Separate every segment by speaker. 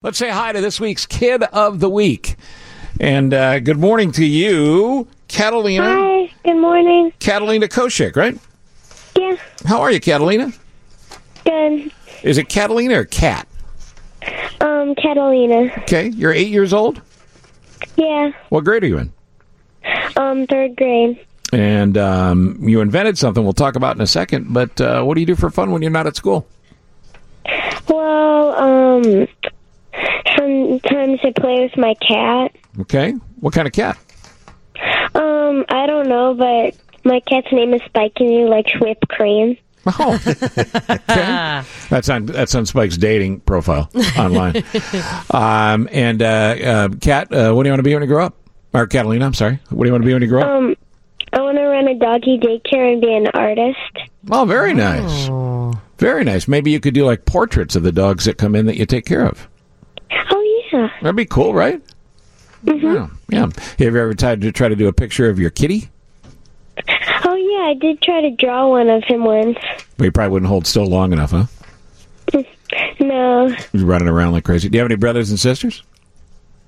Speaker 1: Let's say hi to this week's Kid of the Week. And uh, good morning to you, Catalina.
Speaker 2: Hi, good morning.
Speaker 1: Catalina Koshik, right?
Speaker 2: Yeah,
Speaker 1: How are you, Catalina?
Speaker 2: good.
Speaker 1: Is it Catalina or Cat?
Speaker 2: Um, Catalina.
Speaker 1: Okay, you're eight years old.
Speaker 2: Yeah,
Speaker 1: What grade are you in?
Speaker 2: um, third grade.
Speaker 1: And um, you invented something we'll talk about in a second. But uh, what do you do for fun when you're not at school?
Speaker 2: Well, um, sometimes I play with my cat.
Speaker 1: Okay, what kind of cat?
Speaker 2: Um, I don't know, but my cat's name is Spike and he likes whipped cream.
Speaker 1: Oh, okay. That's on that's on Spike's dating profile online. um, and uh, uh, Kat, uh, what do you want to be when you grow up? Or Catalina, I'm sorry. What do you want to be when you grow up?
Speaker 2: Um, I want to run a doggy daycare and be an artist.
Speaker 1: oh, very nice, very nice. Maybe you could do like portraits of the dogs that come in that you take care of.
Speaker 2: Oh, yeah.
Speaker 1: That'd be cool, right? Yeah. yeah. Have you ever tried to try to do a picture of your kitty?
Speaker 2: Oh, yeah, I did try to draw one of him once.
Speaker 1: But you probably wouldn't hold still long enough, huh?
Speaker 2: No.
Speaker 1: You're running around like crazy. Do you have any brothers and sisters?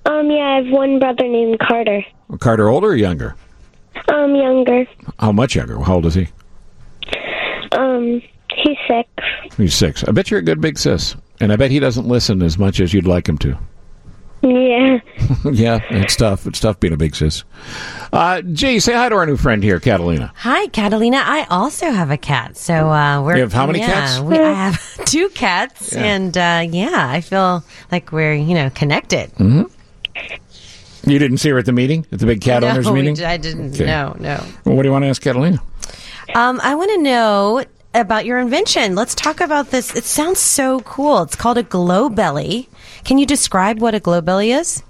Speaker 2: Um, yeah, I have one brother named Carter.
Speaker 1: Carter, older or younger?
Speaker 2: Um, younger.
Speaker 1: How much younger? How old is he?
Speaker 2: Um, he's six.
Speaker 1: He's six. I bet you're a good big sis. And I bet he doesn't listen as much as you'd like him to.
Speaker 2: Yeah.
Speaker 1: yeah, it's tough. It's tough being a big sis. Uh, Jay, say hi to our new friend here, Catalina.
Speaker 3: Hi, Catalina. I also have a cat. So uh, we're.
Speaker 1: You have how many
Speaker 3: yeah,
Speaker 1: cats?
Speaker 3: We, I have two cats,
Speaker 1: Yeah.
Speaker 3: and uh, yeah, I feel like we're you know connected.
Speaker 1: You didn't see her at the meeting, at the big cat
Speaker 3: no,
Speaker 1: owners
Speaker 3: we
Speaker 1: meeting?
Speaker 3: d- I didn't.
Speaker 1: Okay.
Speaker 3: No, no.
Speaker 1: Well, what do you want to ask Catalina?
Speaker 3: Um, I want to know about your invention. Let's talk about this. It sounds so cool. It's called a glow belly. Can you describe what a glow belly is?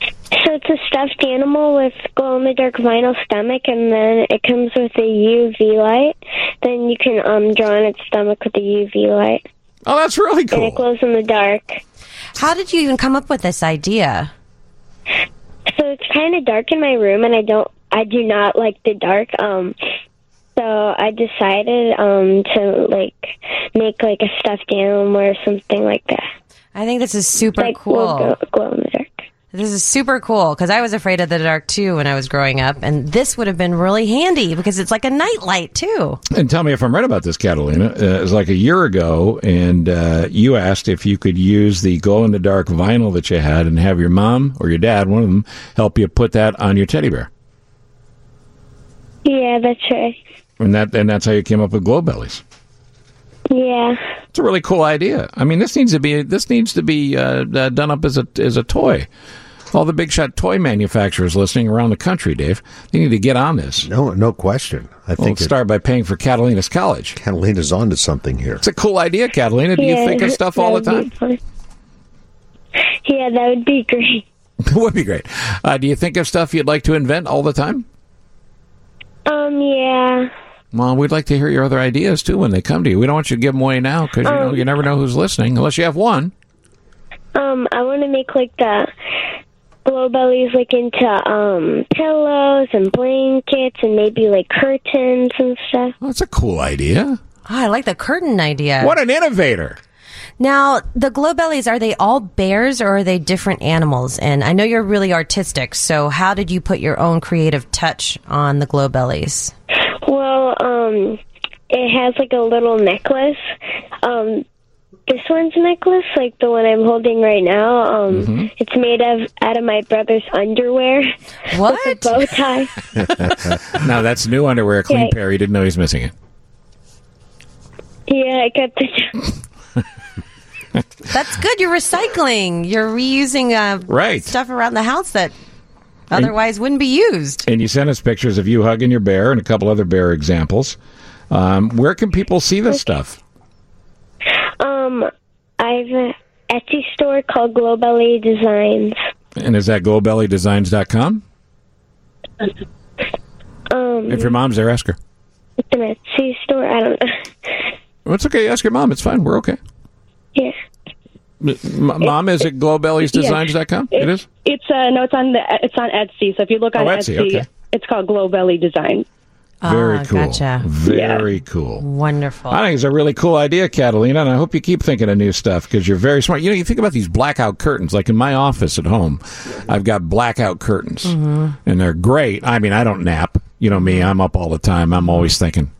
Speaker 2: So it's a stuffed animal with glow in the dark vinyl stomach, and then it comes with a UV light. Then you can um, draw on its stomach with the UV light,
Speaker 1: Oh, that's really
Speaker 2: and it
Speaker 1: cool.
Speaker 2: glows in the dark.
Speaker 3: How did you even come up with this idea?
Speaker 2: So it's kind of dark in my room, and I don't, I do not like the dark. Um, so I decided um, to like make like a stuffed animal or something like that,
Speaker 3: I think this is super
Speaker 2: like
Speaker 3: Oh, cool.
Speaker 2: will glow, glow in the dark.
Speaker 3: This is super cool because I was afraid of the dark too when I was growing up, and this would have been really handy because it's like a nightlight too.
Speaker 1: And tell me if I'm right about this, Catalina. Uh, it was like a year ago, and uh, you asked if you could use the glow in the dark vinyl that you had and have your mom or your dad, one of them, help you put that on your teddy bear.
Speaker 2: Yeah, that's right.
Speaker 1: And, that, and that's how you came up with glow bellies.
Speaker 2: Yeah,
Speaker 1: It's a really cool idea. I mean, this needs to be this needs to be uh, uh, done up as a as a toy. All the big shot toy manufacturers listening around the country, Dave, they need to get on this.
Speaker 4: No, no question. I
Speaker 1: Well,
Speaker 4: think
Speaker 1: let's start by paying for Catalina's college.
Speaker 4: Catalina's onto something here.
Speaker 1: It's a cool idea, Catalina. Do you
Speaker 2: yeah,
Speaker 1: think of stuff all the
Speaker 2: that would
Speaker 1: time?
Speaker 2: be fun. Yeah, that would be great.
Speaker 1: It would be great. Uh, do you think of stuff you'd like to invent all the time?
Speaker 2: Um, yeah.
Speaker 1: Well, we'd like to hear your other ideas too when they come to you. We don't want you to give them away now because you
Speaker 2: Oh.
Speaker 1: know you never know who's listening unless you have one.
Speaker 2: Um, I want to make like the glow bellies like into um pillows and blankets and maybe like curtains and stuff.
Speaker 1: Well, that's a cool idea.
Speaker 3: Oh, I like the curtain idea.
Speaker 1: What an innovator!
Speaker 3: Now, the glow bellies are they all bears or are they different animals? And I know you're really artistic, so how did you put your own creative touch on the glow bellies?
Speaker 2: Well, um, it has like a little necklace. Um, this one's necklace, like the one I'm holding right now, um,
Speaker 1: Mm-hmm.
Speaker 2: it's made of out of my brother's underwear,
Speaker 3: What?
Speaker 2: bow tie.
Speaker 1: Now that's new underwear. Clean
Speaker 2: Okay.
Speaker 1: Perry didn't know he's missing it.
Speaker 2: yeah, I got the.
Speaker 3: That's good. You're recycling. You're reusing uh,
Speaker 1: Right.
Speaker 3: stuff around the house that otherwise wouldn't be used.
Speaker 1: and you sent us pictures of you hugging your bear and a couple other bear examples. Um, where can people see this stuff?
Speaker 2: Um, I have an Etsy store called Glow Belly Designs.
Speaker 1: And is that glowbellydesigns.com?
Speaker 2: Um,
Speaker 1: If your mom's there, ask her.
Speaker 2: it's an Etsy store. I don't know.
Speaker 1: Well, it's okay. Ask your mom. It's fine. We're okay.
Speaker 2: Yeah.
Speaker 1: M- mom, is it glowbelliesdesigns.com? It is?
Speaker 5: It's uh, no, it's on the it's on Etsy. So if you look on
Speaker 1: Oh, Etsy,
Speaker 5: Etsy,
Speaker 1: okay.
Speaker 5: it's called Glow Belly Design.
Speaker 1: Very
Speaker 3: Ah,
Speaker 1: cool.
Speaker 3: gotcha.
Speaker 1: Very cool.
Speaker 3: Wonderful.
Speaker 1: I think it's a really cool idea, Catalina, and I hope you keep thinking of new stuff because you're very smart. You know, you think about these blackout curtains. Like in my office at home, I've got blackout curtains,
Speaker 3: Mm-hmm.
Speaker 1: and they're great. I mean, I don't nap. You know me; I'm up all the time. I'm always thinking.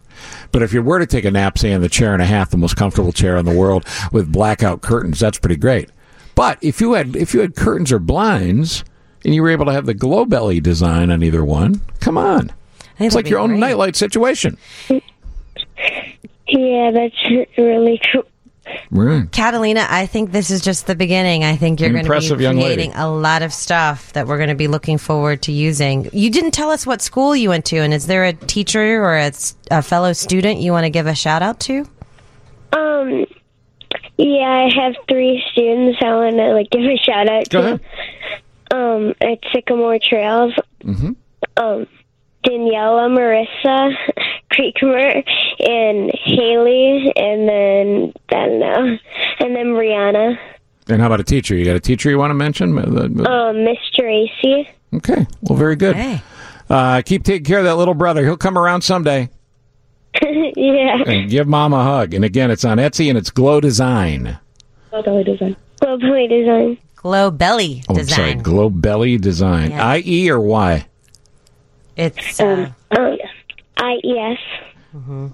Speaker 1: But if you were to take a nap, say in the chair and a half, the most comfortable chair in the world with blackout curtains, that's pretty great. But if you had if you had curtains or blinds, and you were able to have the glow belly design on either one, come on,
Speaker 3: think
Speaker 1: it's
Speaker 3: that'd
Speaker 1: like
Speaker 3: be
Speaker 1: your own
Speaker 3: great.
Speaker 1: nightlight situation.
Speaker 2: Yeah, that's really cool.
Speaker 1: Right.
Speaker 3: Catalina, I think this is just the beginning. I think you're going to be
Speaker 1: Impressive young lady.
Speaker 3: creating a lot of stuff that we're going to be looking forward to using. You didn't tell us what school you went to, and is there a teacher or a, s- a fellow student you want to give a shout out to?
Speaker 2: Um, yeah, I have three students I want to like give a shout out
Speaker 1: Go
Speaker 2: to.
Speaker 1: ahead.
Speaker 2: Um, at Sycamore Trails. Mm-hmm. Um, Daniela, Marissa, Creekmer, and Haley, and then I don't know, and then Rihanna,
Speaker 1: And how about a teacher? You got a teacher you want to mention? Uh,
Speaker 2: um, Miss Tracy.
Speaker 1: Okay. Well, very good.
Speaker 3: Hey,
Speaker 1: Uh, keep taking care of that little brother. He'll come around someday.
Speaker 2: yeah,
Speaker 1: And give mom a hug. And again, it's on Etsy and it's Glow Design.
Speaker 2: globally design.
Speaker 3: glow belly
Speaker 1: Oh, I'm sorry.
Speaker 3: design.
Speaker 1: Glow Belly Design.
Speaker 3: Yeah.
Speaker 1: I-E or Y?
Speaker 3: It's uh,
Speaker 2: Um, I yes.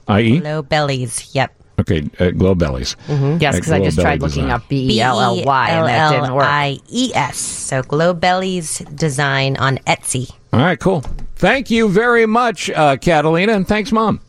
Speaker 1: I-E?
Speaker 3: glow Mm-hmm. bellies. Yep.
Speaker 1: E? Okay. Uh, glow Bellies.
Speaker 5: Yes,
Speaker 1: Like
Speaker 5: because I just
Speaker 1: glow belly
Speaker 5: tried looking
Speaker 1: design.
Speaker 5: up B E L L Y and that didn't
Speaker 3: E
Speaker 5: work.
Speaker 3: B-E-L-L-I-E-S. So glow bellies design on Etsy.
Speaker 1: All right. Cool. Thank you very much, uh, Catalina. And thanks, mom.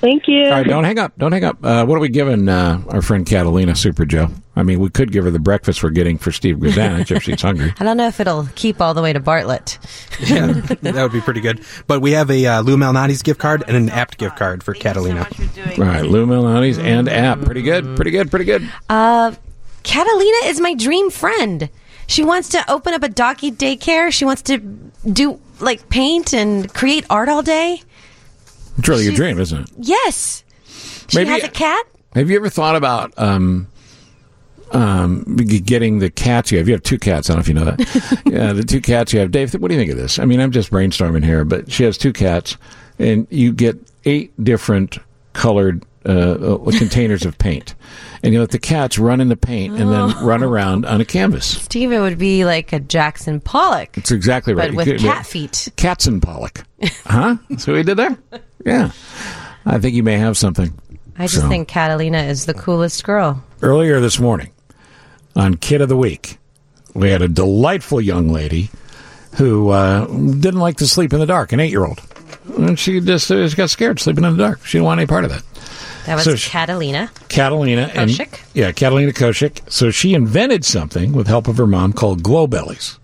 Speaker 2: Thank you.
Speaker 1: All right, don't hang up. Don't hang up. Uh, what are we giving uh, our friend Catalina Super Joe? I mean, we could give her the breakfast we're getting for Steve Grzanich if she's hungry.
Speaker 3: I don't know if it'll keep all the way to Bartlett.
Speaker 6: Yeah, that would be pretty good. But we have a uh, Lou Malnati's gift card and an apt gift card for Catalina.
Speaker 1: All right, Lou Malnati's and app. Pretty good. Pretty good. Pretty good.
Speaker 3: Catalina is my dream friend. She wants to open up a doggy daycare. She wants to do like paint and create art all day.
Speaker 1: It's really your
Speaker 3: She's-
Speaker 1: dream, isn't it?
Speaker 3: Yes. She
Speaker 1: Maybe-
Speaker 3: has a cat.
Speaker 1: Have you ever thought about um, um, g- getting the cats you have? You have two cats. I don't know if you know that. yeah, the two cats you have. Dave, what do you think of this? I mean, I'm just brainstorming here, but she has two cats, and you get eight different colored uh, uh, containers of paint, and you let the cats run in the paint and then run around on a canvas.
Speaker 3: Steve, it would be like a Jackson Pollock,
Speaker 1: That's exactly right.
Speaker 3: but with
Speaker 1: You could-
Speaker 3: cat feet.
Speaker 1: Cats and Pollock. Huh? That's what we did there? Yeah. I think you may have something.
Speaker 3: I just
Speaker 1: So-
Speaker 3: think Catalina is the coolest girl.
Speaker 1: Earlier this morning on Kid of the Week, we had a delightful young lady who uh, didn't like to sleep in the dark, an eight year old. And she just, uh, just got scared sleeping in the dark. She didn't want any part of that.
Speaker 3: That was
Speaker 1: So she-
Speaker 3: Catalina.
Speaker 1: Catalina
Speaker 3: Koshik?
Speaker 1: and yeah, Catalina Koshik. So she invented something with help of her mom called glow bellies.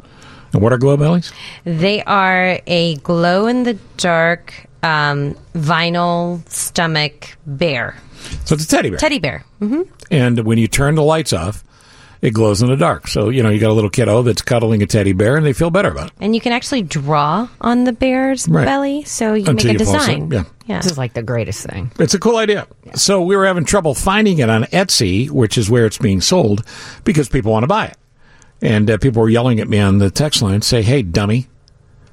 Speaker 1: And what are glow bellies?
Speaker 3: They are a glow in the dark um, vinyl stomach bear,
Speaker 1: So it's a teddy bear.
Speaker 3: teddy bear. Mm-hmm.
Speaker 1: and when you turn the lights off, it glows in the dark. So you know you got a little kiddo that's cuddling a teddy bear, and they feel better about it.
Speaker 3: And you can actually draw on the bear's
Speaker 1: Right.
Speaker 3: belly, so you
Speaker 1: Until
Speaker 3: make
Speaker 1: you
Speaker 3: a
Speaker 1: fall
Speaker 3: design.
Speaker 1: asleep, yeah.
Speaker 5: This is like the greatest thing.
Speaker 1: It's a cool idea. So we were having trouble finding it on Etsy, which is where it's being sold, because people want to buy it. And uh, people were yelling at me on the text line, say, "Hey, dummy."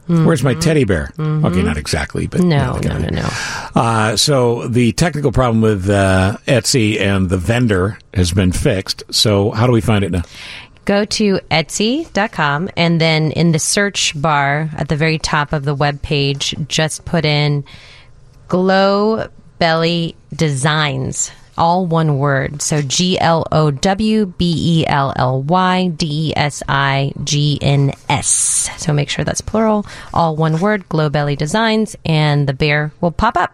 Speaker 1: Where's my teddy bear? Okay, not exactly, but
Speaker 3: No,
Speaker 1: you know,
Speaker 3: no, no, no.
Speaker 1: Uh, so the technical problem with uh, Etsy and the vendor has been fixed. So how do we find it now?
Speaker 3: Go to Etsy.com and then in the search bar at the very top of the web page, just put in Glow Belly Designs, all one word. So G L O W B E L L Y D E S I G N S. So make sure that's plural, all one word, Glow Belly Designs, and the bear will pop up.